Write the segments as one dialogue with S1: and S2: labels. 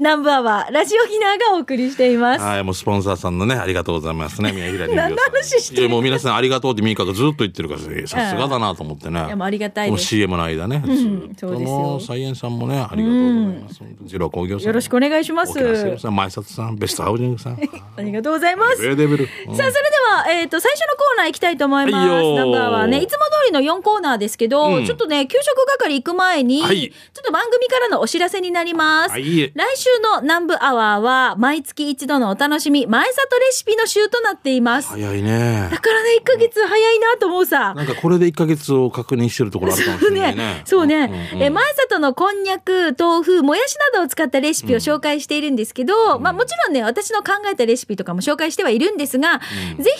S1: ナンバーはラジオギナーがお送りしています。
S2: はい、もうスポンサーさんのね、ありがとうございますね、宮平に。
S1: 何の話してる
S2: いや、もう皆さんありがとうってミーカがずっと言ってるから、さすがだなと思ってね。
S1: いやもうありがたいです
S2: もう CM の間ね。
S1: ん
S2: ずっ
S1: そ
S2: と
S1: うですよ
S2: もサイエンさんもね、ありがとうございます。ジロー工業さん。
S1: よろしくお願いします
S2: 沖縄製造さん、前里さん、ベストハウジング さん。
S1: ありがとうございます。
S2: ウェーデブル。うん
S1: さあ、それでは、えっ、と、最初のコーナー行きたいと思います。
S2: はいよー
S1: ナンバーはね、いつも通りの4コーナーですけど、ちょっとね、給食係行く前に、
S2: はい
S1: ちょっと番組からのお知らせになります。
S2: は
S1: 来
S2: い
S1: 週の南部アワーは、毎月一度のお楽しみ、前里レシピの週となっています。
S2: 早い ね
S1: だ。からね、1ヶ月早いなと思うさ。
S2: なんかこれで1ヶ月を確認してるところあるかもし
S1: そう
S2: れない
S1: ね
S2: ね。。
S1: そうね。
S2: んん
S1: え、前里のこんにゃく、豆腐、もやしなどを使ったレシピを紹介しているんですけど、まあもちろんね、私の考えたレシピとかも紹介してはいるんですが、ぜひラジ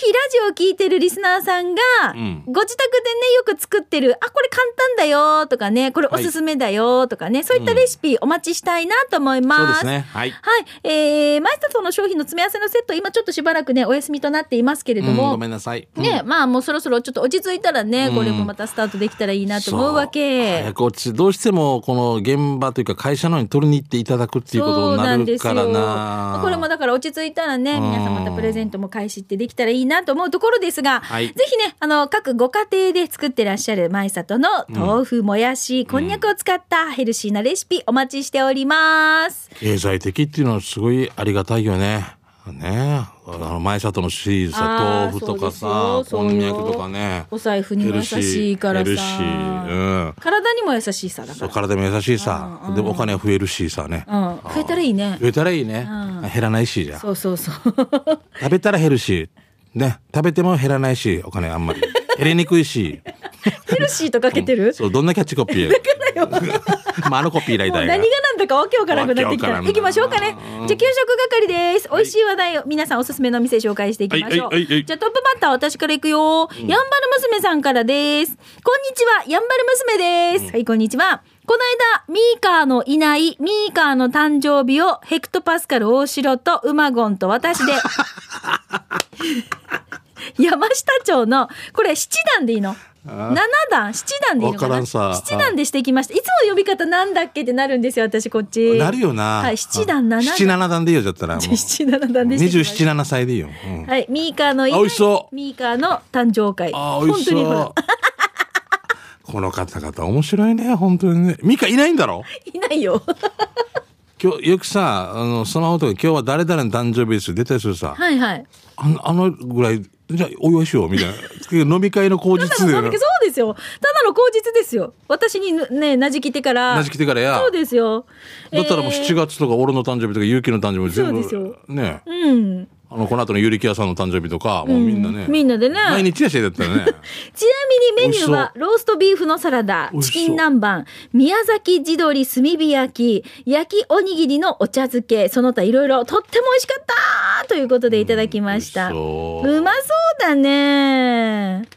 S1: オを聞いてるリスナーさんが、
S2: ん
S1: ご自宅でね、よく作ってる、あ、これ簡単だよとかね、これおすすめだよとかね、そういったレシピお待ちしたいなと思います。
S2: そうですね。はい。
S1: はい。えー、マイスタとの商品の詰め合わせのセット、今ちょっとしばらくね、お休みとなっていますけれ
S2: う
S1: ど
S2: ん
S1: も、
S2: ごめんなさい。うん
S1: ね、まあもうそろそろちょっと落ち着いたらね、これもまたスタートできたらいいなと思うわけ。
S2: 早く落ちどうしてもこの現場というか会社の方に取りに行っていただくっていうこと
S1: そう
S2: に
S1: な
S2: なん
S1: で
S2: る
S1: すよ。
S2: からな
S1: これもだから落ち着いたらね、皆さんまたプレゼントも開始ってできたらいいなと思うところですが、
S2: はい
S1: ぜひね、あの、各ご家庭で作ってらっしゃる前里の豆腐、もやし、こんにゃくを使ったヘルシーなレシピお待ちしております。
S2: 経済的っていうのはすごいありがたいよね。ねあの前里のシリーズ
S1: あー
S2: さ豆腐とかさ
S1: そ
S2: こ
S1: うです
S2: んに
S1: よ
S2: ゃくとかね
S1: お財布にも優しいから
S2: ヘルシ
S1: さ
S2: ー、うん、
S1: 体にも優しいさだ
S2: そう
S1: か
S2: 体も優しいさ、でお金増えるしさね、
S1: ら。うん。増えたらいいね。
S2: 増えたらいいね、減らないしじゃん
S1: そうそうそう。
S2: 食べたら減るしね食べても減らないしお金あ んまり減りにくいし
S1: ヘルシーとかけてる、
S2: そうどんなキャッチコピーや まああのコピーライタ
S1: もう
S2: ー
S1: 何
S2: や
S1: がなんだかわけわからなくなってき
S2: わけ
S1: た。
S2: わからん
S1: 行
S2: な
S1: きましょうかね。じゃあ、給食係です。美味しい話題を、皆さんおすすめのお店紹介していきましょう。
S2: はいはいはいはい
S1: じゃあ、トップバッター私から行くよ。やんばる娘さんからです。こんにちは、やんばる娘です。はい、こんにちは。この間、ミーカーのいない、ミーカーの誕生日を、ヘクトパスカル大城と、ウマゴンと私 で、山下町の、これ7段でいいの ?7 段 ?7 段でいいのか
S2: わか
S1: な
S2: らんさ
S1: ?7 段でしてきました。いつも呼び方なんだっけってなるんですよ、私こっち。
S2: なるよな、
S1: はい、7段、7
S2: 七
S1: 段。
S2: 七段でいいよだったらもう
S1: 7段でしてきました。
S2: 27七歳でいいよ、うん
S1: はい、ミーカーのいない
S2: あ美味しそう
S1: ミーカーの誕生会。
S2: あー美味し
S1: 本当にほ
S2: そ
S1: ら
S2: うこの方々面白いね本当にねミカいないんだろ
S1: いないよ。
S2: 今日よくさあのスマホとか今日は誰々の誕生日ですよ出たりするさ、
S1: はいはい。
S2: あのあのぐらいじゃあお祝いしようみたいな 飲み会の口
S1: た
S2: 実
S1: だ
S2: で
S1: のそうですよ。ただの口実ですよ。私にね、なじきてから。
S2: なじきてからや
S1: そうですよ。
S2: だったらもう
S1: えー
S2: 7月とか俺の誕生日とか結城の誕生日も全
S1: そうで
S2: 部ね
S1: うん。
S2: あのこの後のゆりきやさんの誕生日とかもうみんなね、
S1: みんなでね
S2: 毎日やしだったらね
S1: ちなみにメニューは、ローストビーフのサラダ
S2: 美、味
S1: チ
S2: しそう
S1: キン南蛮、宮崎地鶏炭火焼き、焼きおにぎりのお茶漬け、その他いろいろ、とっても美味しかったということでいただきました。
S2: うん美味しそう
S1: うまそうだね。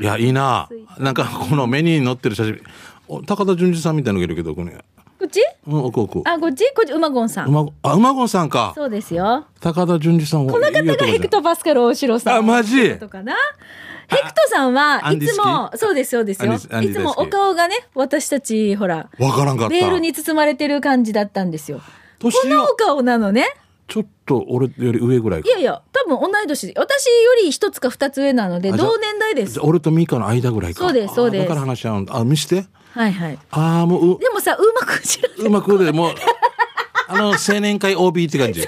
S2: いやいいななんかこのメニューに載ってる写真お高田純次さんみたいなのがいるけどこれ、
S1: こっち
S2: うん、奥奥
S1: あ、こっちこっち、うまごんさ。
S2: うんまごあうまごんさんか
S1: そうですよ。
S2: 高田純次さんこ
S1: この方がヘクトパスカル大城さん。
S2: あマジ
S1: とかな。ヘクトさんは
S2: ア
S1: い
S2: ンディ
S1: つも、そうです、そうですよ。
S2: アン
S1: い
S2: ディアンディ
S1: つも
S2: 大好
S1: お
S2: き
S1: 顔がね、私たち、ほら、
S2: わからんかった
S1: メールに包まれてる感じだったんですよ。こ
S2: 年
S1: のお
S2: を
S1: 顔なのね。
S2: ちょっと俺より上ぐらいか
S1: いやいや、多分同い年。私より一つか二つ上なので、
S2: あじゃあ
S1: 同年代で
S2: じ
S1: す
S2: ゃあ。俺とミカの間ぐらいか
S1: そうです
S2: あ
S1: そうです
S2: だから話し合うんだあ見して
S1: はいはい。
S2: ああもうう
S1: でもさ、うまく知らない。
S2: うまくでもうあの青年会 OB って感 じえ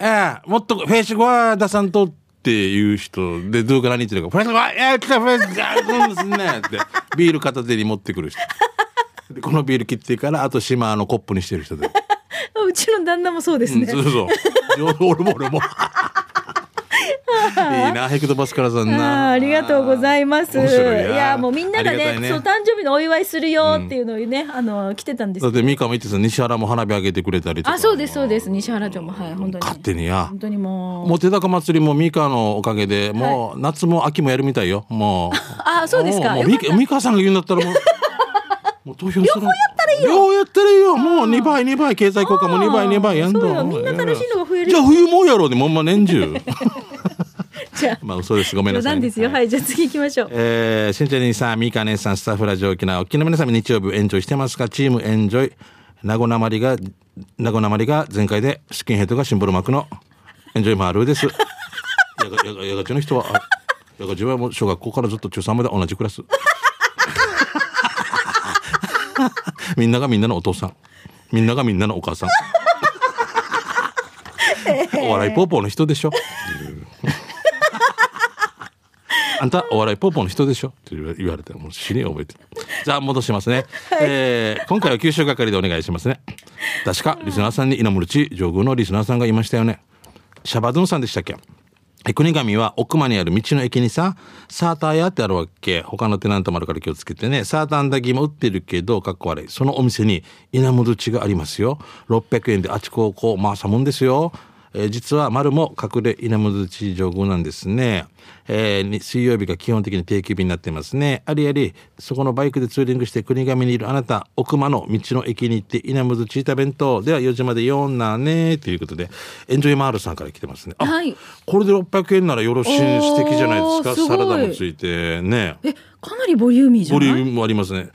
S2: えもっとフェイスゴア出さんとっていう人でどうか何言ってるかフェイスゴアええ来たフェイスゴアうんす んねってビール片手に持ってくる人でこのビール切ってからあと島あのコップにして る人で、
S1: うちの旦那もそうです
S2: うん、
S1: ね。
S2: そうそう俺も 俺もいいなヘクトパスカラさん
S1: あ
S2: な
S1: ーありがとうございます。い
S2: 面白いな
S1: や、もうみんなが
S2: ありがた
S1: ね
S2: いね
S1: そう、誕生日のお祝いするよっていうのをね、あの、来てたんです
S2: だっ。てミカも言ってた西原も花火上げてくれたりとか
S1: あ、そうです、そうです。西原町も、はい、本当に。
S2: 勝手にや
S1: 本当にもう。
S2: もう手高祭りもミカのおかげでもう夏も秋もやるみたいよもう
S1: あ そうですか
S2: もう
S1: よか
S2: ミ
S1: った
S2: カミカさんが言うんだったら もうもう投票する両方やったらいいよ両方やったらいいよもう2倍2倍経済効果も2倍
S1: あー
S2: 2倍やんだ
S1: そうよみんな楽しいのが増えるよ
S2: じゃあ冬もやろうでもうまあ年中
S1: じゃあ
S2: まあ嘘ですごめんな
S1: 冗
S2: さいね、
S1: 談ですよ。はい、じゃあ次行きましょう。
S2: えー、新茶にさん、ミカ姉さん、スタッフラジオ沖縄、沖縄の皆さん、日曜日エンジョイしてますかチームエンジョイ。名護なまりが、名護なまりが全開で、スキンヘッドがシンボルマークの、エンジョイマールーです。やが、やが、やがちの人は、あやがちはもう小学校からずっと中3まで同じクラス。みんながみんなのお父さん。みんながみんなのお母さん。お笑いポーポーの人でしょ。あんたお笑いポーポーの人でしょって言われてもう死に覚えてる。じゃあ戻しますね。えー今回は九州係でお願いしますね。確かリスナーさんに稲森地上宮のリスナーさんがいましたよね。シャバドゥンさんでしたっけえ国神は奥間にある道の駅にさ、サーター屋ってあるわけ。他のテナントもあるから気をつけてね。サーターアンダギーも売ってるけど、かっこ悪い。そのお店に稲森地がありますよ。600円であちここ回したもんですよ。えー実は丸も隠れ稲本地上宮なんですね、えーに水曜日が基本的に定休日になってますねありありそこのバイクでツーリングして国神にいるあなた奥間の道の駅に行って稲本地た弁当では4時まで4なねということでエンジョイマールさんから来てますねあ、
S1: はい
S2: これで600円ならよろしい素敵じゃないですか
S1: おーすごい
S2: サラダもついてね
S1: え、かなりボリューミーじゃ
S2: ボ
S1: な
S2: リ
S1: い
S2: ュームもありますね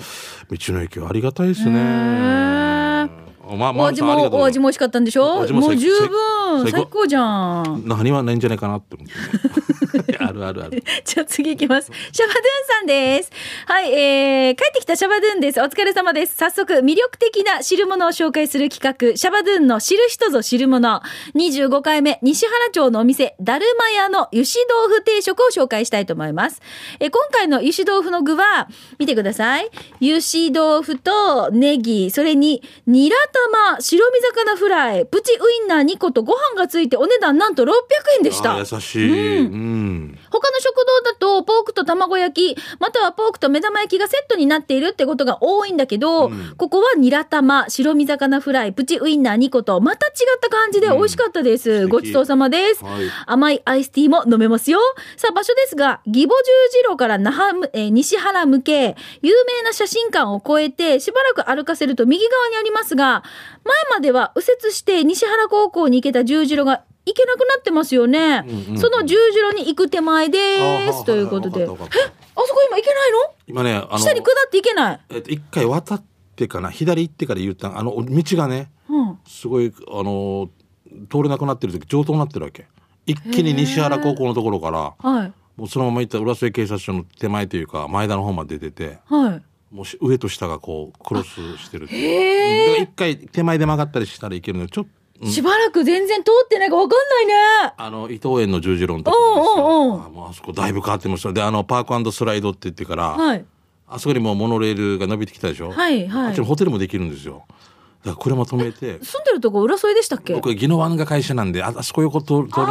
S2: 道の駅はありがたいですね
S1: へー
S2: おま
S1: お
S2: マール
S1: 味
S2: さんありがと
S1: も、
S2: う
S1: お
S2: ご
S1: 味
S2: ざいます
S1: も美味しかったんでしょ
S2: お味も
S1: もう
S2: 最
S1: 十分、
S2: 最
S1: 最
S2: 高
S1: 高じゃん。
S2: 何はないんじゃないかなって思って いやあるあるある
S1: じゃあ次行きます。シャバドゥンさんです。はい、えー、帰ってきたシャバドゥンです。お疲れ様です。早速、魅力的な汁物を紹介する企画、シャバドゥンの知る人ぞ知るもの。25回目、西原町のお店、だるま屋の油脂豆腐定食を紹介したいと思います。えー今回の油脂豆腐の具は、見てください。油脂豆腐とネギ、それに、ニラ玉、白身魚フライ、プチウインナー2個とご飯がついて、お値段なんと600円でした。
S2: あー優しい、うん
S1: 他の食堂だとポークと卵焼きまたはポークと目玉焼きがセットになっているってことが多いんだけど、ここはニラ玉白身魚フライプチウインナー2個とまた違った感じで美味しかったです、
S2: うん
S1: ごちそうさまです、
S2: はい
S1: 甘いアイスティーも飲めますよさあ場所ですが義母十字路から那覇む、えー西原向け有名な写真館を越えてしばらく歩かせると右側にありますが前までは右折して西原高校に行けた十字路が行けなくなってますよね、
S2: うんうん
S1: その十字路に行く手前でで
S2: あ
S1: す
S2: ー
S1: ということで。え、あ
S2: わ
S1: そ
S2: か
S1: こ
S2: ったわかった
S1: 今行けないの
S2: 今ねあの
S1: 下に下って行けない。
S2: えっと一回渡ってかな左行ってから U ターンあの道がね
S1: うん。
S2: すごいあの通れなくなってる時上等になってるわけ一気に西原高校のところから
S1: はい。
S2: もうそのまま行った浦添警察署の手前というか前田の方まで出てて
S1: はい。
S2: もうし上と下がこうクロスしてるっていう
S1: へ
S2: うんだから一回手前で曲がったりしたらいけるのでちょっと、うん
S1: しばらく全然通ってないかわかんないね。
S2: あの伊藤園の十字路のところですよ
S1: おうおうおう
S2: あもうあそこだいぶ変わってましたであのパークスライドって言ってから、
S1: はい。
S2: あそこにもうモノレールが伸びてきたでしょ
S1: はいはい
S2: あっちのホテルもできるんですよだから車 止めて
S1: 住んでるとこ浦添でしたっけ？
S2: 僕は宜野湾が会社なんでああそこ横通通るんですよ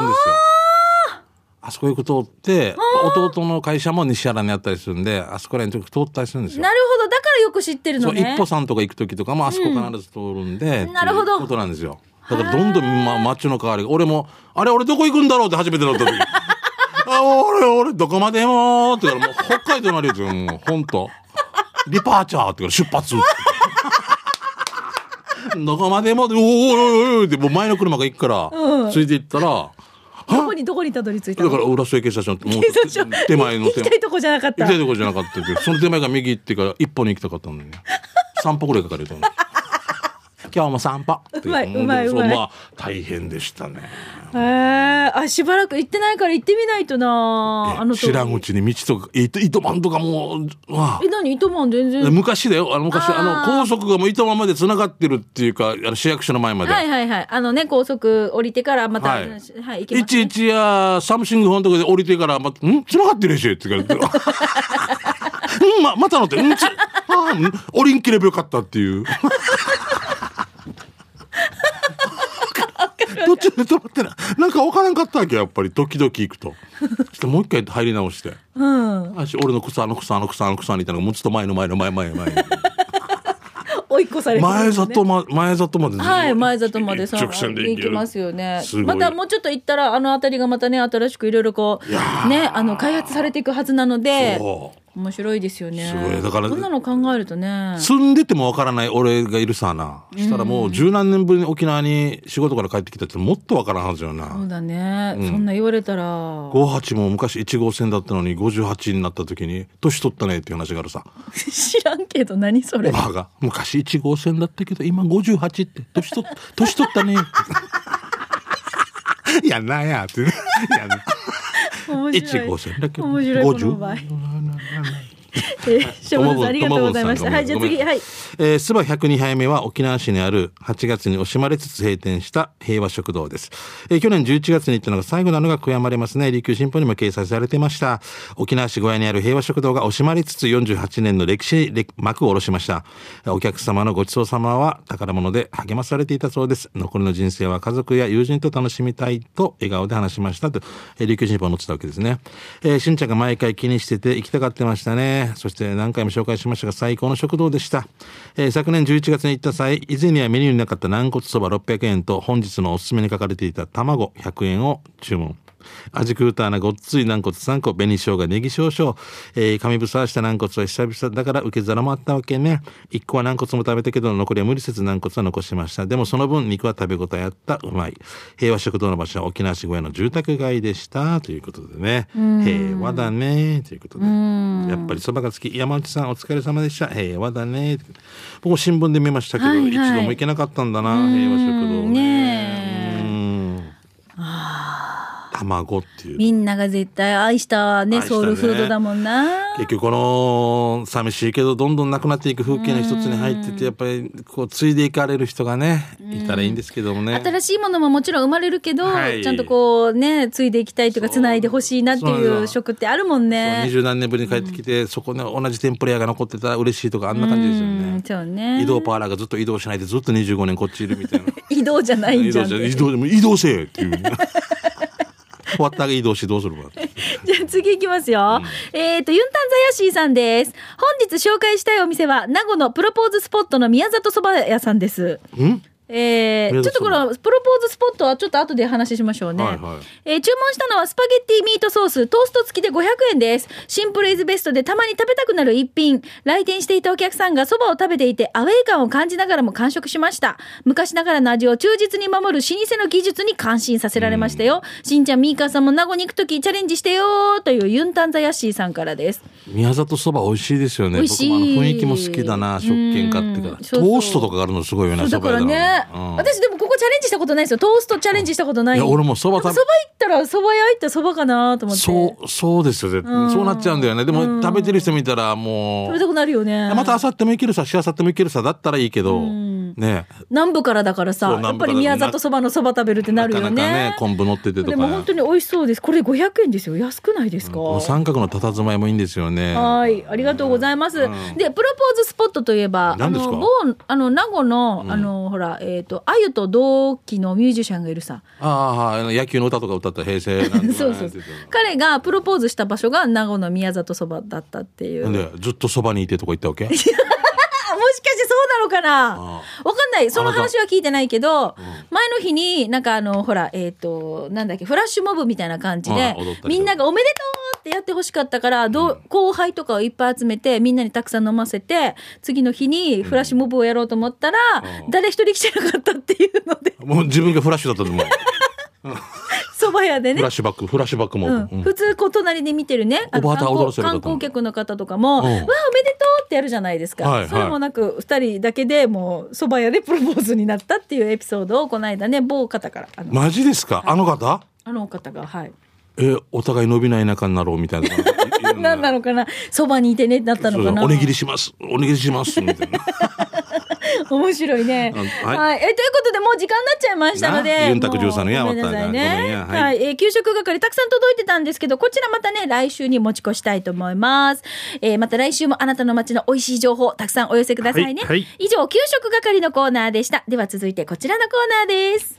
S2: あそこ横通って弟の会社も西原にあったりするんであそこら辺通ったりするんですよ
S1: なるほど。だからよく知ってる
S2: そ
S1: の
S2: う、
S1: ね。
S2: 一歩さんとか行く時とかもあそこ必ず通るんで、
S1: んなるほど
S2: っていうことなんですよだからどんどん、ま、街の変わりが俺もあれ俺どこ行くんだろうって初めてだった時あ俺俺どこまでもーって言ったらもう北海道なりですよもうほんとリパーチャーって言うから出発どこまでもおーおーおーおーってもう前の車が行くから、ついて行ったら
S1: どこにどこにたどり着いた
S2: だか
S1: の？
S2: ら浦添警察署のもう
S1: 警察署
S2: 手前の
S1: 行
S2: 手
S1: き
S2: 前
S1: たいとこじゃなかっ
S2: 行
S1: た。
S2: きたいとこじゃなかったけど、その手前が右行ってから一歩に行きたかったのに、ね、散歩ぐらいかかるよ。 今日も散歩って。
S1: うまいうまいうまい
S2: そうまあ大変でしたね。
S1: へえ。あしばらく行ってないから行ってみないとな。あの通り
S2: 知らんう。ちに道とか糸糸満とかもうわあ
S1: え、何？糸満全然。は
S2: 昔だよ。あの昔
S1: あー
S2: あの高速がもう糸満まで繋がってるっていうか、あの市役所の前まで。
S1: いはいはい。あのね高速降りてからまたは
S2: はいい
S1: 行きますね。
S2: いちいちやサムシングフォンとかで降りてから、ま、ん繋がってるでしょって言うから。 うん、ま、また乗って、うん、つ、あーうん降りんければよかったっていう。途中で止まってない。なんかわからんかったわけよやっぱり、時々行くと。そしてもう一回入り直して。
S1: うん。
S2: あし俺の草、あの草、あの草、あの草みたいなのがもうちょっと前の前の前前 前。
S1: 追い越されてるん
S2: 前
S1: ですね
S2: 里ま、前里までずっと。
S1: はい、前里までさ、
S2: 一直線で
S1: 行
S2: 行
S1: き
S2: ける
S1: ますよね。
S2: すごい
S1: またもうちょっと行ったら、あの辺りがまたね、新しくいろいろこ
S2: や
S1: う、ね、あの、開発されていくはずなので、
S2: そう
S1: 面白いですよね。
S2: すごいだから
S1: こんなの考えるとね。
S2: 住んでてもわからない俺がいるさな。したらもう十何年ぶりに沖縄に仕事から帰ってきたってもっとわからんはずよ
S1: そ
S2: な。
S1: うだね、そんな言われたら。も
S2: 58も昔1号線だったのに58になった時に年取ったねっていう話があるさ。
S1: う知らんけど、何そ
S2: お
S1: れ。
S2: ばあが昔1号線だったけど今58って年取っ 年取ったね。 やんなやってね。やんな。
S1: 面白
S2: 1
S1: い。
S2: 号線だけど
S1: 面白いこの場合。えー、しょぼぶさんありがとうございました。はい、じゃあ次、はい。
S2: えー、スバ102杯目は沖縄市にある8月に惜しまれつつ閉店した平和食堂です。えー去年11月に行ったのが最後なのが悔やまれますね。琉球新報にも掲載されてました。沖縄市小屋にある平和食堂が惜しまれつつ48年の歴史に幕を下ろしました。えーお客様のごちそうさまは宝物で励まされていたそうです。残りの人生は家族や友人と楽しみたいと笑顔で話しましたと、えー琉球新報に載ってたわけですね。えーしんちゃんが毎回気にしてて行きたがってましたね。そして何回も紹介しましたが最高の食堂でした。えー昨年11月に行った際、以前にはメニューになかった軟骨そば600円と本日のおすすめに書かれていた卵100円を注文。味クーターなごっつい軟骨3個、紅生姜、ネギ少々、えー、紙ぶさした軟骨は久々だから受け皿もあったわけね。1個は軟骨も食べたけど、残りは無理せず軟骨は残しました。でもその分肉は食べ応えあった、うまい。平和食堂の場所は沖縄市小屋の住宅街でした。ということでね。平和だね。ということで。やっぱりそばが好き。山内さんお疲れ様でした。平和だね。僕も新聞で見ましたけど、
S1: はいはい
S2: 一度も行けなかったんだな、平和食堂
S1: うんねえ
S2: うん卵っていう
S1: みんなが絶対愛したね、
S2: 愛した
S1: ソ
S2: ね
S1: ウルフードだもんな。
S2: 結局この寂しいけどどんどんなくなっていく風景の一つに入っててやっぱりこう継いでいかれる人がねいたらいいんですけどもね
S1: 新しいものももちろん生まれるけど、
S2: はい
S1: ちゃんとこうね、ついでいきたいというか、つないでほしいなって
S2: そうなん
S1: い
S2: だ
S1: う食ってあるもん
S2: 二
S1: ね。
S2: 十何年ぶりに帰ってきてそこに同じ天ぷら屋が残ってたら嬉しいとかあんな感じですよ
S1: うん
S2: ね
S1: そうね。
S2: 移動パーラーがずっと移動しないでずっと25年こっちいる みたいな
S1: 移動じゃないん
S2: 移
S1: じゃ
S2: 動
S1: ん。
S2: じ
S1: じ
S2: ゃ
S1: ゃ
S2: 移動でも移動せえっていう 終わったら移動してどうする か
S1: あ次行きますよ。えっ、と、ユンタンザヤシーさんです。本日紹介したいお店は、名護のプロポーズスポットの宮里そば屋さんです。
S2: ん
S1: えー、
S2: 宮
S1: ちょっと
S2: 里そ
S1: こ
S2: ば
S1: のプロポーズスポットはちょっと後で話しましょうね、
S2: はいはい
S1: えー注文したのはスパゲッティミートソーストースト付きで500円ですシンプルイズベストでたまに食べたくなる一品来店していたお客さんがそばを食べていてアウェイ感を感じながらも完食しました昔ながらの味を忠実に守る老舗の技術に感心させられましたよ、しんちゃんミーカーさんも名護に行く時チャレンジしてよーというユンタンザヤッシーさんからです
S2: 宮里そば美味しいですよね
S1: 美味しい
S2: 僕もあの雰囲気も好きだな食券買ってから
S1: うんそうそう
S2: トーストとかがあるのすごいよね
S1: そうだから
S2: 蕎麦屋
S1: ね、
S2: なのにうん
S1: 私でもここチャレンジしたことないですよトーストチャレンジしたことない
S2: いや俺もそば
S1: そば
S2: 食
S1: 行ったらそば屋行ったらそばかなと思
S2: べ
S1: って
S2: そうそうですよ絶対、
S1: うん
S2: そうなっちゃうんだよねでも、食べてる人見たらも
S1: 食
S2: う
S1: べたくなるよね
S2: また明後日もいけるさしあさってもいけるさだったらいいけど、
S1: ん
S2: ね
S1: 南部からだからさ
S2: そう
S1: やっぱり宮里そばのそば食べるってな
S2: な
S1: る
S2: か
S1: よ
S2: な
S1: ね
S2: かね昆布乗っててと
S1: で
S2: か
S1: も本当に美味しそうですこれ500円ですよ安くないですか、
S2: この三角の佇まいもいいんですよね
S1: はい、ありがとうございます。で、プロポーズスポットといえば、あ
S2: 何です
S1: の、
S2: か
S1: 某、あの、名護の、あの、ほら、えっ、と、あゆと同期のミュージシャンがいるさ。
S2: ああはい野球の歌とか歌った平成な ん
S1: そうそうそう
S2: なんて言って
S1: 彼がプロポーズした場所が名護の宮里そばだったっていう。
S2: た
S1: あ、もし
S2: なんでずっとそばにいてとか言ったわけ
S1: かしてそうなのかなわかんない。その話は聞いてないけど、前の日になんかあの、ほら、えっ、と、なんだっけ、フラッシュモブみたいな感じで
S2: うん踊った、り
S1: みんながおめでとうってやってほしかったから、どう後輩とかをいっぱい集めて、みんなにたくさん飲ませて、次の日にフラッシュモブをやろうと思ったら、
S2: うん
S1: 誰一人来てなかったっていうので、
S2: もう自分がフラッシュだったと思う
S1: 蕎麦屋で
S2: フ
S1: ね
S2: ラッ。シュバック、フラッシュバックも。
S1: うん
S2: うん
S1: 普通こう隣で見てるねあの
S2: おばあた
S1: 観
S2: 踊ら
S1: 光
S2: せる方
S1: 観
S2: も
S1: 光客の方とかも「
S2: うん
S1: わあおめでとう!」ってやるじゃないですか、
S2: はいはい
S1: それもなく2人だけでもうそば屋でプロポーズになったっていうエピソードをこの間ね某方からあの,、
S2: マジですか、あの方。
S1: あの方がはい
S2: え、お互い伸びない仲になろうみたいな。
S1: 何なのかなそばにいてねだった
S2: そ
S1: の
S2: う
S1: かな
S2: おにぎりします、おにぎりしますみたいな。
S1: 面白いね。
S2: うん
S1: は、
S2: はい
S1: え
S2: い
S1: ということでもう時間になっちゃいましたの
S2: な
S1: で、
S2: ユンタク
S1: もう
S2: 13のや
S1: ごめんなさい
S2: 終わったんだごめん
S1: ね。
S2: や
S1: は、
S2: はいい
S1: えー給食係たくさん届いてたんですけど、こちらまたね来週に持ち越したいと思います。えーまた来週もあなたの街の美味しい情報たくさんお寄せくださいね。
S2: はいはい
S1: 以上給食係のコーナーでした。では続いてこちらのコーナーです。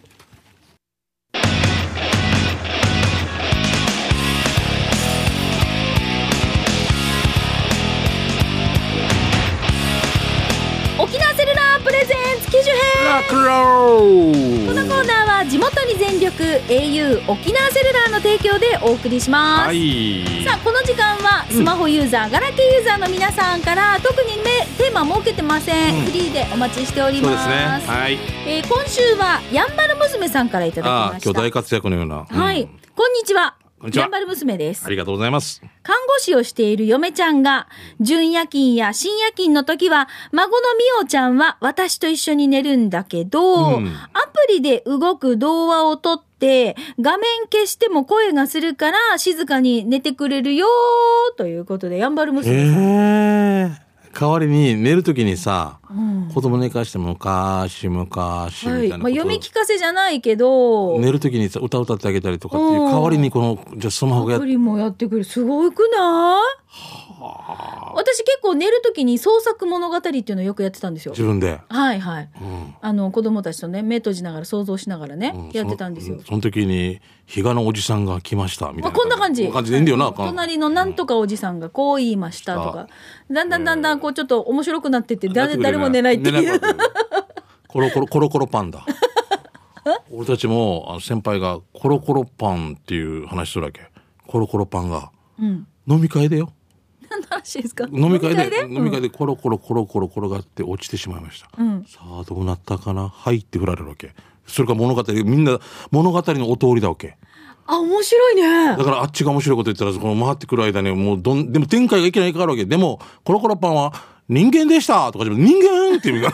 S1: 沖縄セルラーププレゼンツ機種編
S2: ラクロー
S1: このコーナーは地元に全力 au 沖縄セルラーの提供でお送りします、
S2: はい
S1: さあこの時間はスマホユーザー、ガラケーユーザーの皆さんから特にめテーマ設けてません、
S2: うん
S1: フリーでお待ちしており
S2: そ
S1: ま
S2: うですすねはい
S1: えー今週はやんばる娘さんからいただき
S2: ああ
S1: まし
S2: 今日
S1: た
S2: 大活躍のような、うん
S1: はい、こんにちは
S2: こんにちは
S1: やんばる娘です
S2: ありがとうございます
S1: 看護師をしている嫁ちゃんが、準夜勤や深夜勤の時は、孫のみおちゃんは私と一緒に寝るんだけど、
S2: うん
S1: アプリで動く動画を撮って、画面消しても声がするから、静かに寝てくれるよーということで、やんばる
S2: ええ
S1: 娘さん。
S2: 代わりに寝るときにさ
S1: うん
S2: 子供寝かして昔昔み
S1: は
S2: たい
S1: い。
S2: なこと、
S1: まあ、読み聞かせじゃないけど、
S2: 寝るときにさ歌歌ってあげたりとかっていう
S1: うん
S2: 代わりにこのじゃあスマホがや
S1: ア
S2: っ
S1: プリもやってくれる。すごくない私結構寝る時に創作物語っていうのをよくやってたんですよ
S2: 自。分で、
S1: はいはい。
S2: うん
S1: あの子供たちとね目閉じながら想像しながらね、やってたんですよ
S2: その。その時に比嘉のおじさんが来ましたみ
S1: ま
S2: たい
S1: あ、
S2: な
S1: こんな感じ。
S2: 感じでいいんだよな、
S1: はい隣のなんとかおじさんがこう言いましたとか、だんだんだんだんこうちょっと面白くなってって、
S2: なっ
S1: 誰
S2: てくれ
S1: 誰も寝ないっていう。
S2: 寝なかった コロコロコロコロ パンだ俺たちもあの先輩がコロコロパンっていう話するわけコロコロパンが
S1: うん。
S2: 飲み会でよ
S1: 何の話ですか。
S2: 飲み会で飲み会
S1: で。
S2: でコロコロコロコロ転がって落ちてしまいました、
S1: うん。
S2: さあどうなったかなはいって振られるわけそれから物語みんな物語のお通りだわけ
S1: あ、面白いね
S2: だ。からあっちが面白いこと言ったらこの回ってくる間にもうどんでも展開がいけないかかるわけでもコロコロパンは人間でしたとかじゃ人間っ ていうか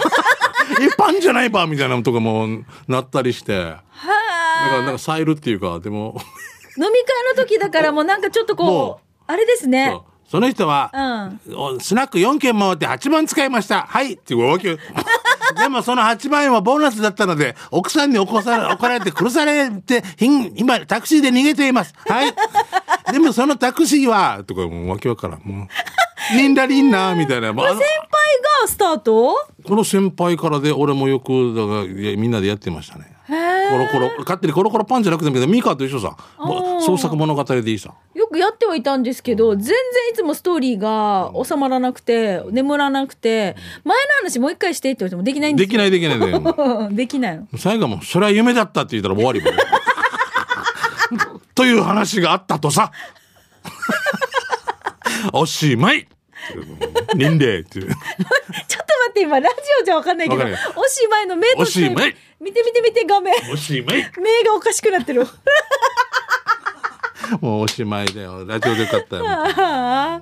S2: 一般じゃないパンみたいなのとかもなったりしてだ
S1: はあ。
S2: からなんかさえるっていうか でも
S1: 飲み会の時だからもうなんかちょっとこ
S2: も
S1: う、あれですね。
S2: そうその人は、
S1: うん。
S2: おスナック4軒回って8万使いました。はい。っていうわ け。でもその8万円はボーナスだったので、奥さんに起こされ、 怒られて殺されて、ひん今タクシーで逃げています。はい。でもそのタクシーは、とかもうわけわからん。 もう、リンダリンナーみたいな。もうあの
S1: 先輩がスタート
S2: この先輩からで、俺もよく、だからいやみんなでやってましたね。
S1: へ
S2: コロ
S1: え。
S2: コロ、勝手にコロコロパンじゃなくてもいいけど、ミカと一緒さ。もう創作物語でいいさ。
S1: よくやってはいたんですけど、全然いつもストーリーが収まらなくて、眠らなくて、前の話もう一回してって言われてもできないんです
S2: できないできないで。もう
S1: ない。 できないの。
S2: 最後も、それは夢だったって言ったら終わり もねという話があったと さ。おしまい年齢っていう。
S1: ちょっと待って、今、ラジオじゃわかんないけど、
S2: わかんない
S1: おしまいの目として
S2: おしまい、
S1: 見て見て見て画面。
S2: おしまい
S1: 目がおかしくなってる。
S2: もうおしまいだよ。ラジオでよかったよ。
S1: あー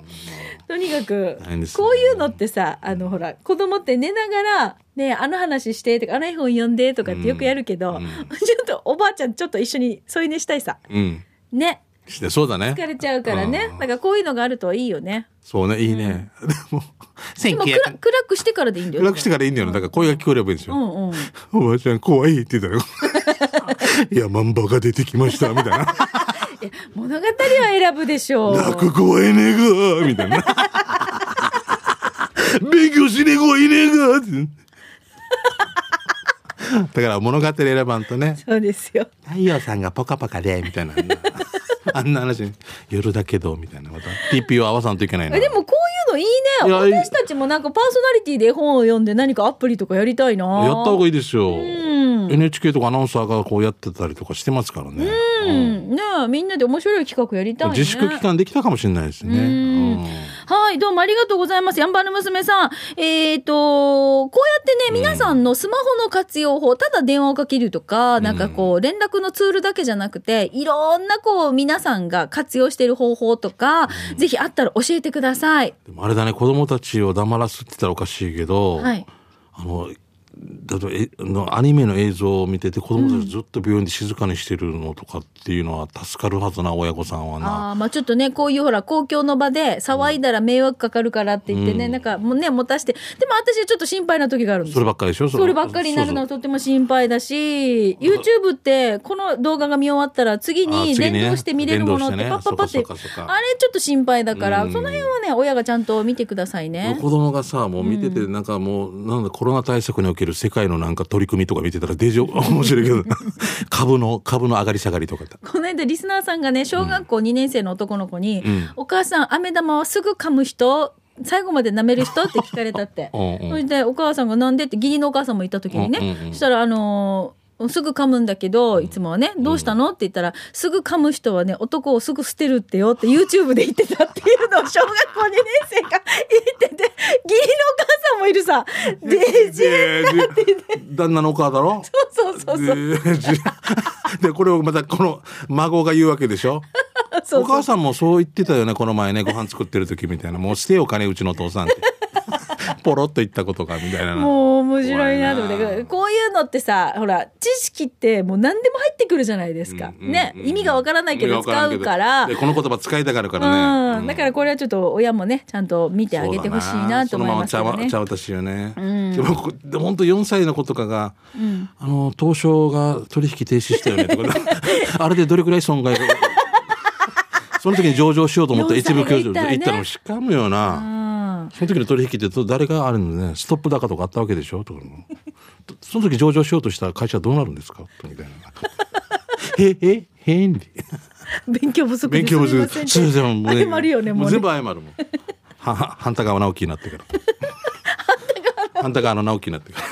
S1: とにかく、
S2: 大変ですね
S1: こういうのってさあのほら子供って寝ながら「ねえあの話して」とか「あの絵本読んで」とかってよくやるけど、
S2: うん
S1: ちょっとおばあちゃんちょっと一緒に添い寝したいさ
S2: うん。
S1: ね
S2: して、そうだね。
S1: 疲れちゃうからね、
S2: うん
S1: だからこういうのがあるといいよね
S2: そうね、いいね。でも、
S1: でも暗
S2: 1900
S1: 暗くしてからでいいんだよ
S2: 暗くしてからいいんだよね。だから声が聞こえればいいんです
S1: う
S2: よ。
S1: んうん
S2: おばあちゃん怖いって言 ったら、いや、マンバが出てきました、みたいな。
S1: いや物語は選ぶでしょう
S2: 泣く子はいねえがみたいな。勉強しねえ子はいねえがだから物語選ばんとね、
S1: そうですよ
S2: 太陽さんがポカポカで、みたいな。あんな話、夜だけど、みたいな。また TP を合わさんといけないな。
S1: えでもこういうのいい
S2: いやいい
S1: ね私たちもなんかパーソナリティで絵本を読んで何かアプリとかやりたいな
S2: やった方がいいですよ。
S1: ん
S2: NHK とかアナウンサーがこうやってたりとかしてますからね。
S1: うん、ねえみんなで面白い企画やりたいね。
S2: 自粛期間できたかもしれないですね。うん
S1: はい、どうもありがとうございます。やんばる娘さん。えっ、と、こうやってね、皆さんのスマホの活用法、ただ電話をかけるとか、なんかこう、連絡のツールだけじゃなくて、いろんなこう、皆さんが活用している方法とか、ぜひあったら教えてください。
S2: でもあれだね、子供たちを黙らすって言ったらおかしいけど、
S1: はい
S2: あの、だとえあのアニメの映像を見てて子供たちずっと病院で静かにしてるのとかっていうのは助かるはずな親御さんはな。
S1: あーまあちょっとね、こういうほら、公共の場で騒いだら迷惑かかるからって言ってね、なんかもうね、持たして。でも私はちょっと心配な時があるんです
S2: そればっかりでしょ
S1: そればっかりになるのはとても心配だし、YouTube ってこの動画が見終わったら次
S2: あ
S1: に
S2: 次にね
S1: 連動して見れるものって
S2: 連
S1: パッ
S2: 動し
S1: パ
S2: てね
S1: ッパって、
S2: そっかそっかそっか
S1: あれちょっと心配だから、
S2: うん
S1: その辺はね、親がちゃんと見てください
S2: そうそう
S1: ね。
S2: 子供がさもう見ててなんかもうなんだコロナ対策における世界のなんか取り組みとか見てたらデジョ 面白いけど株の株の上がり下がりとかって
S1: この間リスナーさんがね、小学校2年生の男の子に、
S2: ん
S1: お母さん、飴玉はすぐ噛む人最後まで舐める人って聞かれたって
S2: うんうん
S1: そしてお母さんがなんでって義理のお母さんもいた時にね、
S2: うんうんうん
S1: そしたらあのーすぐ噛むんだけどいつもはね「どうしたの?」って言ったら「すぐ噛む人はね男をすぐ捨てるってよ」って YouTube で言ってたっていうのを小学校2年生が言ってて義理のお母さんもいるさ「デジェ
S2: でで旦那のお母だろ
S1: そうそうそうそう
S2: でじ でこれをまたこの孫が言うわけでしょ
S1: そう
S2: お母さんもそう言ってたよねこの前ねご飯作ってる時みたいな「もうしてよ金うちのお 父さん」ってポロッと言ったことかみたいな
S1: もう面白いなと思っ
S2: 怖い
S1: て
S2: な
S1: こういうのってさほら知識ってもう何でも入ってくるじゃないですか、
S2: うんうんうん
S1: ね意味がわからないけ
S2: 意
S1: ど
S2: 味がわ
S1: 使
S2: んけ
S1: う
S2: ど
S1: から
S2: でこの言葉使いたがるからね、
S1: うん、だからこれはちょっと親もねちゃんと見てあげてほしいなと思いますけ
S2: そうだ
S1: ど
S2: な
S1: ね
S2: そのまま茶わ茶渡しよね、
S1: うん
S2: でもこでも本当4歳の子とかが「あの東証が取引停止したよね」とかあれでどれくらい損害がその時に上場しようと思った一部上
S1: 四歳が
S2: 場
S1: いたらね
S2: 行ったのしかもよな、
S1: うん
S2: その時の取引ってど誰があるのねストップ高とかあったわけでしょとかとその時上場しようとした会社はどうなるんですかみたいな「へえへえ」って。
S1: 勉強不足
S2: 勉
S1: で
S2: 強不足
S1: すみま
S2: そ
S1: せ
S2: うんでもうね
S1: 謝るよねも
S2: も
S1: う
S2: う
S1: ね
S2: 全部謝るもんはは反対側直樹になってから反対側の直樹になって から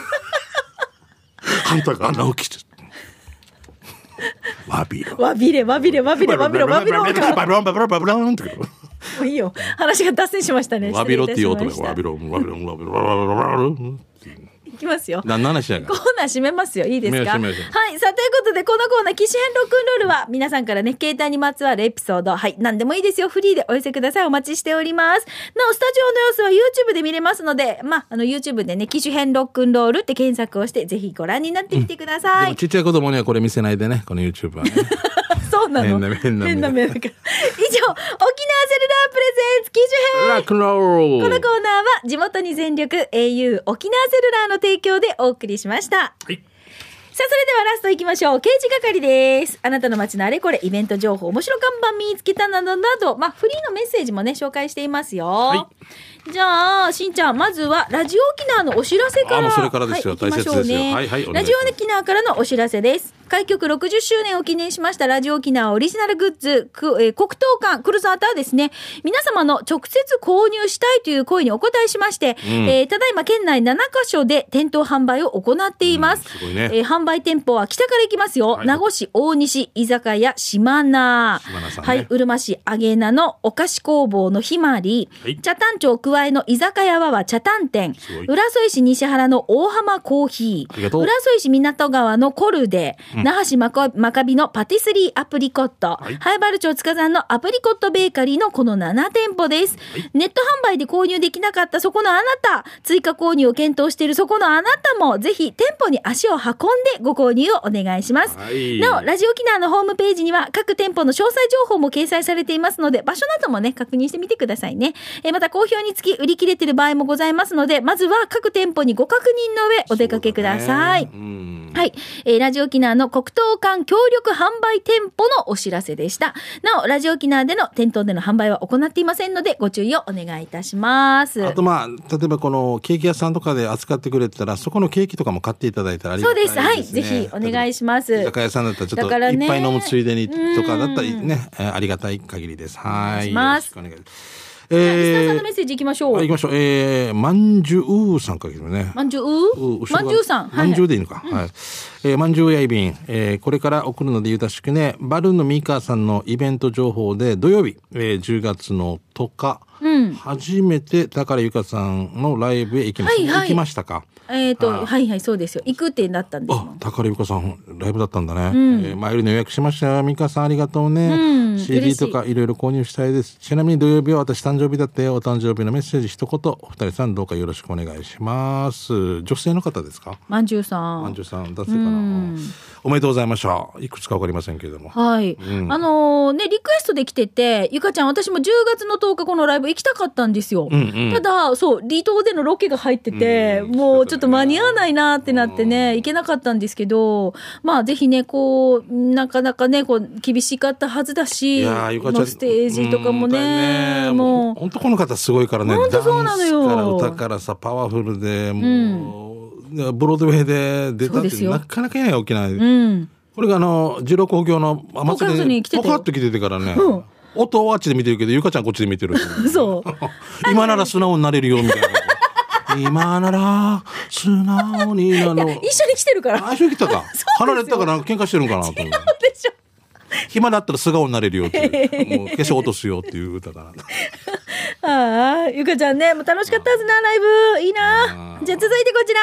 S2: 反対側直樹ってわびろ
S1: わびれわびれわびれわびろわびろ
S2: わびろわびろわびろわびろわびろって
S1: もういいよ話が脱線しましたね
S2: わびろっていう音
S1: 失
S2: がわ
S1: 礼いたしま
S2: びろわびろわびろわびろ
S1: したいきますよ
S2: 何の話やが
S1: コーナー閉めますよ。いいですかは
S2: 閉
S1: い。さ
S2: め
S1: あ、
S2: よう
S1: とい
S2: 閉
S1: う
S2: めよう
S1: ことで、このコーナー、機種編ロックンロールは、皆さんからね、携帯にまつわるエピソード、はい、何でもいいですよ。フリーでお寄せください。お待ちしております。なお、スタジオの様子は YouTube で見れますので、まあ、あの、YouTube でね、機種編ロックンロールって検索をして、ぜひご覧になってみてくださ
S2: で
S1: い
S2: も。ちっちゃい子供にはこれ見せないでねこの YouTube はね
S1: そうなの。
S2: 変な変な
S1: 変な目だから。以上、沖縄セルラープレゼンツ機種編
S2: ラックンロ
S1: こ
S2: ー
S1: のコー
S2: ル
S1: ナーは地元に全力 au 沖縄セルラーの提供でお送りしました。さあ、それではラスト行きましょう。刑事係です。あなたの街のあれこれ、イベント情報、面白看板見つけたなどなど、まあ、フリーのメッセージもね、紹介していますよ。じゃあ、しんちゃん、まずは、ラジオ沖縄のお知らせから。
S2: あもうそれからですよ
S1: はい、行きましょう
S2: 大切です
S1: ね。
S2: よはいはいお願いします
S1: ラジオ沖縄からのお知らせです。開局60周年を記念しましたラジオ沖縄オリジナルグッズ、くえー黒糖館クルザーターですね。皆様の直接購入したいという声にお応えしまして、えーただいま県内7カ所で店頭販売を行っています。
S2: うんすごいね
S1: えー販売店舗は北から行きますよ。
S2: はい
S1: 名護市大西居酒屋島名。
S2: 島名さんね
S1: はい、うるま市揚げ名のお菓子工房のひまり、
S2: はい
S1: 茶炭町桑江の居酒屋はは茶炭店
S2: すごい、
S1: 浦添市西原の大浜コーヒ
S2: ありが
S1: ー、
S2: とう
S1: 浦添市港川のコルデ、那覇市まこマカビのパティスリーアプリコット、
S2: はい
S1: ハイバル町塚山のアプリコットベーカリーのこの7店舗です。ネット販売で購入できなかったそこのあなた、追加購入を検討しているそこのあなたも、ぜひ店舗に足を運んでご購入をお願いします。
S2: はい
S1: なお、ラジオ沖縄のホームページには各店舗の詳細情報も掲載されていますので、場所などもね、確認してみてくださいね。えーまた、好評につき売り切れてる場合もございますので、まずは各店舗にご確認の上、お出かけください。
S2: そうだねうん
S1: はい。えーラジオ沖縄の黒糖館協力販売店舗のお知らせでした。なお、ラジオ沖縄での店頭での販売は行っていませんので、ご注意をお願いいたします。
S2: あとまあ例えばこのケーキ屋さんとかで扱ってくれてたらそこのケーキとかも買っていただいたらあり
S1: そ
S2: が
S1: う
S2: た
S1: です。はいい。
S2: です、ね、
S1: ぜひお願いします。
S2: 居酒屋さんだったらちょ
S1: だ
S2: っ
S1: から
S2: と
S1: ね
S2: いっぱい飲むついでにとかだったり
S1: うん
S2: ね、えーありがたい限りです。
S1: お願
S2: はいい。
S1: します
S2: よろしくお願いします。え
S1: リスナーさん
S2: ー
S1: のメッセージ行きましょう。
S2: はい、行きましょう。えー、まんじゅうさんから来てるね。
S1: まんじゅう
S2: う後
S1: まん
S2: ろが
S1: じゅうさん。
S2: まんじゅうでいいのか。はい。えー、まんじゅうやいびん。えー、これから送るのでゆたしくね、バルーンのミーカーさんのイベント情報で、土曜日、えー、10月の10日、初めて宝ゆかさんのライブへ行きました。
S1: はいはい
S2: 行きましたか。
S1: えっ、と、
S2: はい
S1: はいはい、そうですよ。行くってなったんですも
S2: あ
S1: ん、
S2: 宝ゆかさん、ライブだったんだね。えー前よりの予約しましたよ。ミカさん、ありがとうね。
S1: うん嬉
S2: CD
S1: しい
S2: とかいろいろ購入したいです。ちなみに土曜日は私誕生日だって、お誕生日のメッセージ一言、お二人さんどうかよろしくお願いします。女性の方ですか
S1: まんじゅうさ
S2: 安
S1: ん。
S2: 住さん、出せかな。おめでとうございました。いくつかわかりませんけれども。
S1: はい、あのーね、リクエストで来てて、ゆかちゃん、私も10月の10日このライブ行きたかったんですよ。ただ、そう、離島でのロケが入ってて、
S2: うん
S1: もうちょっと間に合わないなってなってね、行けなかったんですけど、まあ、ぜひね、こう、なかなかね、こう、厳しかったはずだ
S2: い
S1: し、
S2: やー、ゆかちゃ
S1: の
S2: ん。
S1: ステージとかもね、
S2: うん
S1: もう。
S2: 本当この方すごいからね。
S1: ほんとそうなのよ
S2: ダンスから歌からさ、パワフルで、もう、ブロードウェイで出た
S1: そう
S2: っ
S1: です
S2: て、
S1: よ
S2: なかなかいない沖縄で
S1: うん。
S2: これがあの、二郎工業のあ
S1: ポカンスに来てた
S2: ポカッと来ててからね。
S1: うん
S2: 音はあっちで見てるけどゆかちゃんこっちで見てる
S1: そう。
S2: 今なら素直にな れるよみたいな今なら素直になの
S1: 一緒に来てる から。
S2: あ一緒 に来たか離れたからなんか喧嘩してるんかなと思って
S1: でしょ。
S2: 暇だったら素顔になれるよって いうもう化粧落とすよっていう歌だな
S1: ああ、ゆかちゃんね、もう楽しかったはずな、ライブ。いいな。じゃあ続いてこちら。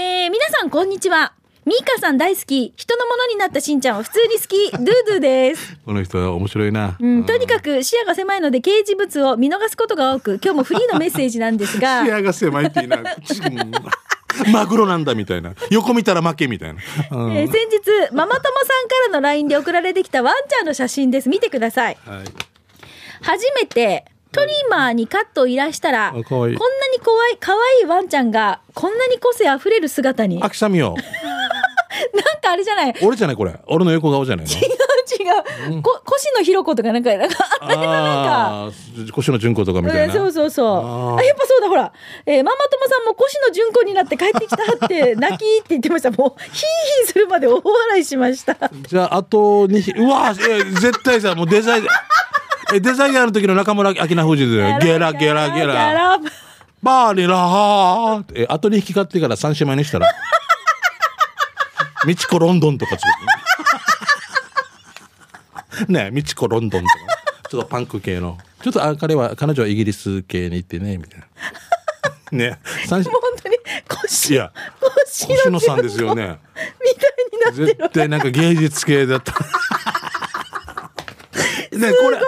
S1: えー、皆さんこんにちは。ミーカさん大好き。人のものになったしんちゃんは普通に好き。ドゥドゥ です。
S2: この人は面白いな、
S1: うん、とにかく視野が狭いので掲示物を見逃すことが多く、今日もフリーのメッセージなんです が。
S2: 視野が狭いっていいな うんマグロなんだみたいな横見たら負けみたいな、うん
S1: えー先日、ママ友さんからの LINE で送られてきたワンちゃんの写真です。見てください。
S2: はい
S1: 初めて、トリマーにカットを依頼したら、
S2: あか
S1: こ
S2: わ
S1: んない
S2: い
S1: に怖い、可愛いワンちゃんが、こんなに個性あふれる姿に。なん
S2: 秋雨よ
S1: かあれじゃない。違
S2: 俺じゃないこれ俺の横顔じゃないの
S1: う違う。こ、腰野ひろ子とかなんか、なんか、あったねな、
S2: あー腰の純子とかみた
S1: う
S2: い
S1: ん
S2: な、
S1: そうそうそう
S2: あ。ー
S1: あ、やっぱそうだ、ほら。えーママ友さんも腰野純子になって帰ってきたって、泣きって言ってました。もう、ヒーヒーするまで大笑いしました。
S2: じゃああと2うわーえ絶対さもうデザインえデザイナーの時の中村明菜富士だよゲラゲラゲ
S1: ゲ
S2: ラ
S1: ラ
S2: バーニラハーえ、後に引き買ってから三姉妹にしたら。みちこロンドンとかつけてねえ、みちこロンドンとかね、ちょっとパンク系の。ちょっと、あ、彼は、彼女はイギリス系に行ってね、みたいな。ねえ、三姉
S1: もう本当に腰
S2: いや
S1: 腰
S2: 星野さんですよ
S1: ね
S2: ね。
S1: みたいになってる
S2: 絶対なんか芸術系 だった。ねえこれ、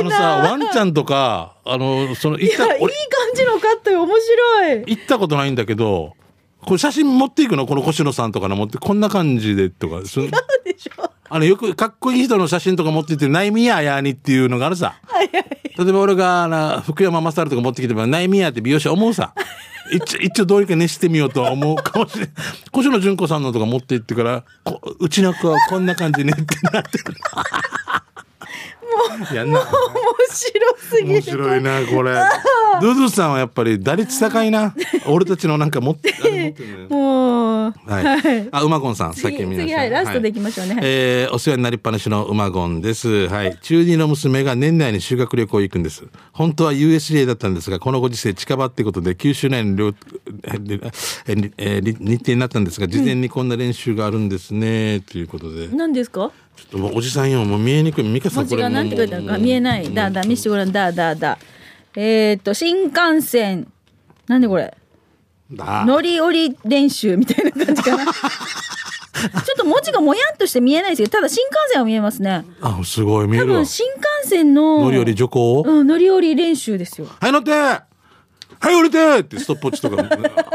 S2: あのさ、ワンちゃんとか、あの、その、行っ
S1: い
S2: た
S1: やいい感
S2: 俺
S1: じのカットよ面白い
S2: 行ったことないんだけど、これ写真持っていくのこの越野さんとかの持って、こんな感じでとか。その
S1: そうでしょ
S2: あの、よくかっこいい人の写真とか持っていって、ナイミヤヤにっていうのがあるさ。例えば俺が、あの福山雅治とか持ってきてば、ナイミヤって美容師思うさ。一応、一応どうにか熱してみようとは思うかもしれない。越野純子さんのとか持って行ってから、こうちの子はこんな感じねってなってくる。やんな
S1: 面白すぎる
S2: 面白いなこれドゥドゥさんはやっぱり打率高いな俺たちのなんか持ってあれ持ってるのよ
S1: もう
S2: はい、あ、馬ゴンさん、さっき見まし
S1: 次
S2: た。
S1: はいラストでいきましょうねはい
S2: えーお世話になりっぱなしの馬ゴンです。はい、中二の娘が年内に修学旅行行くんです。本当は USJ だったんですが、このご時世近場ってことで、九州内の旅、えーえーえー日程になったんですが、事前にこんな練習があるんですね、ということで。ちょ
S1: 何ですか
S2: っともうおじさんよ、もう見えにくい、ミカ
S1: 文
S2: さん、こ
S1: 字
S2: れ
S1: が
S2: もう。
S1: 何て書いてあるか見えないだだ見してごらんだだだえーっと新幹線なんでこれ
S2: だ
S1: 乗り降り練習みたいな感じかなちょっと文字がもやっとして見えないですけどただ新幹線は見えますね
S2: あ、すごい、見え
S1: 多
S2: るわ
S1: 分。新幹線の
S2: 乗り降り徐行を。
S1: うん、乗り降り練習ですよ。
S2: はい、乗ってはい、降りてってストップウォッチとか。
S1: 多分プルルルルル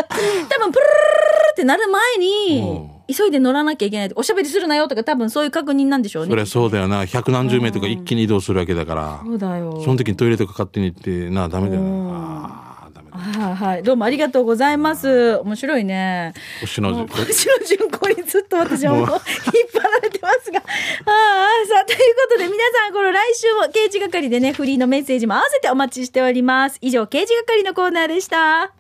S1: ってなる前に、急いで乗らなきゃいけないとおしゃべりするなよとか多分そういう確認なんでしょう
S2: そり
S1: ね。
S2: ゃそうだよな。百何十名とか一気に移動するわけだから。
S1: そうだよ
S2: そ。の時にトイレとか勝手に行って、なあ、ダメだよな。ああ、ダメだ。
S1: はいはい。どうもありがとうございます。面白いね。
S2: 星の
S1: もう
S2: 字。これ
S1: 腰の順行にずっと私はもう引っ張られてますが。あ あ、さあ、ということで皆さん、この来週も刑事係でね、フリーのメッセージも合わせてお待ちしております。以上、刑事係のコーナーでした。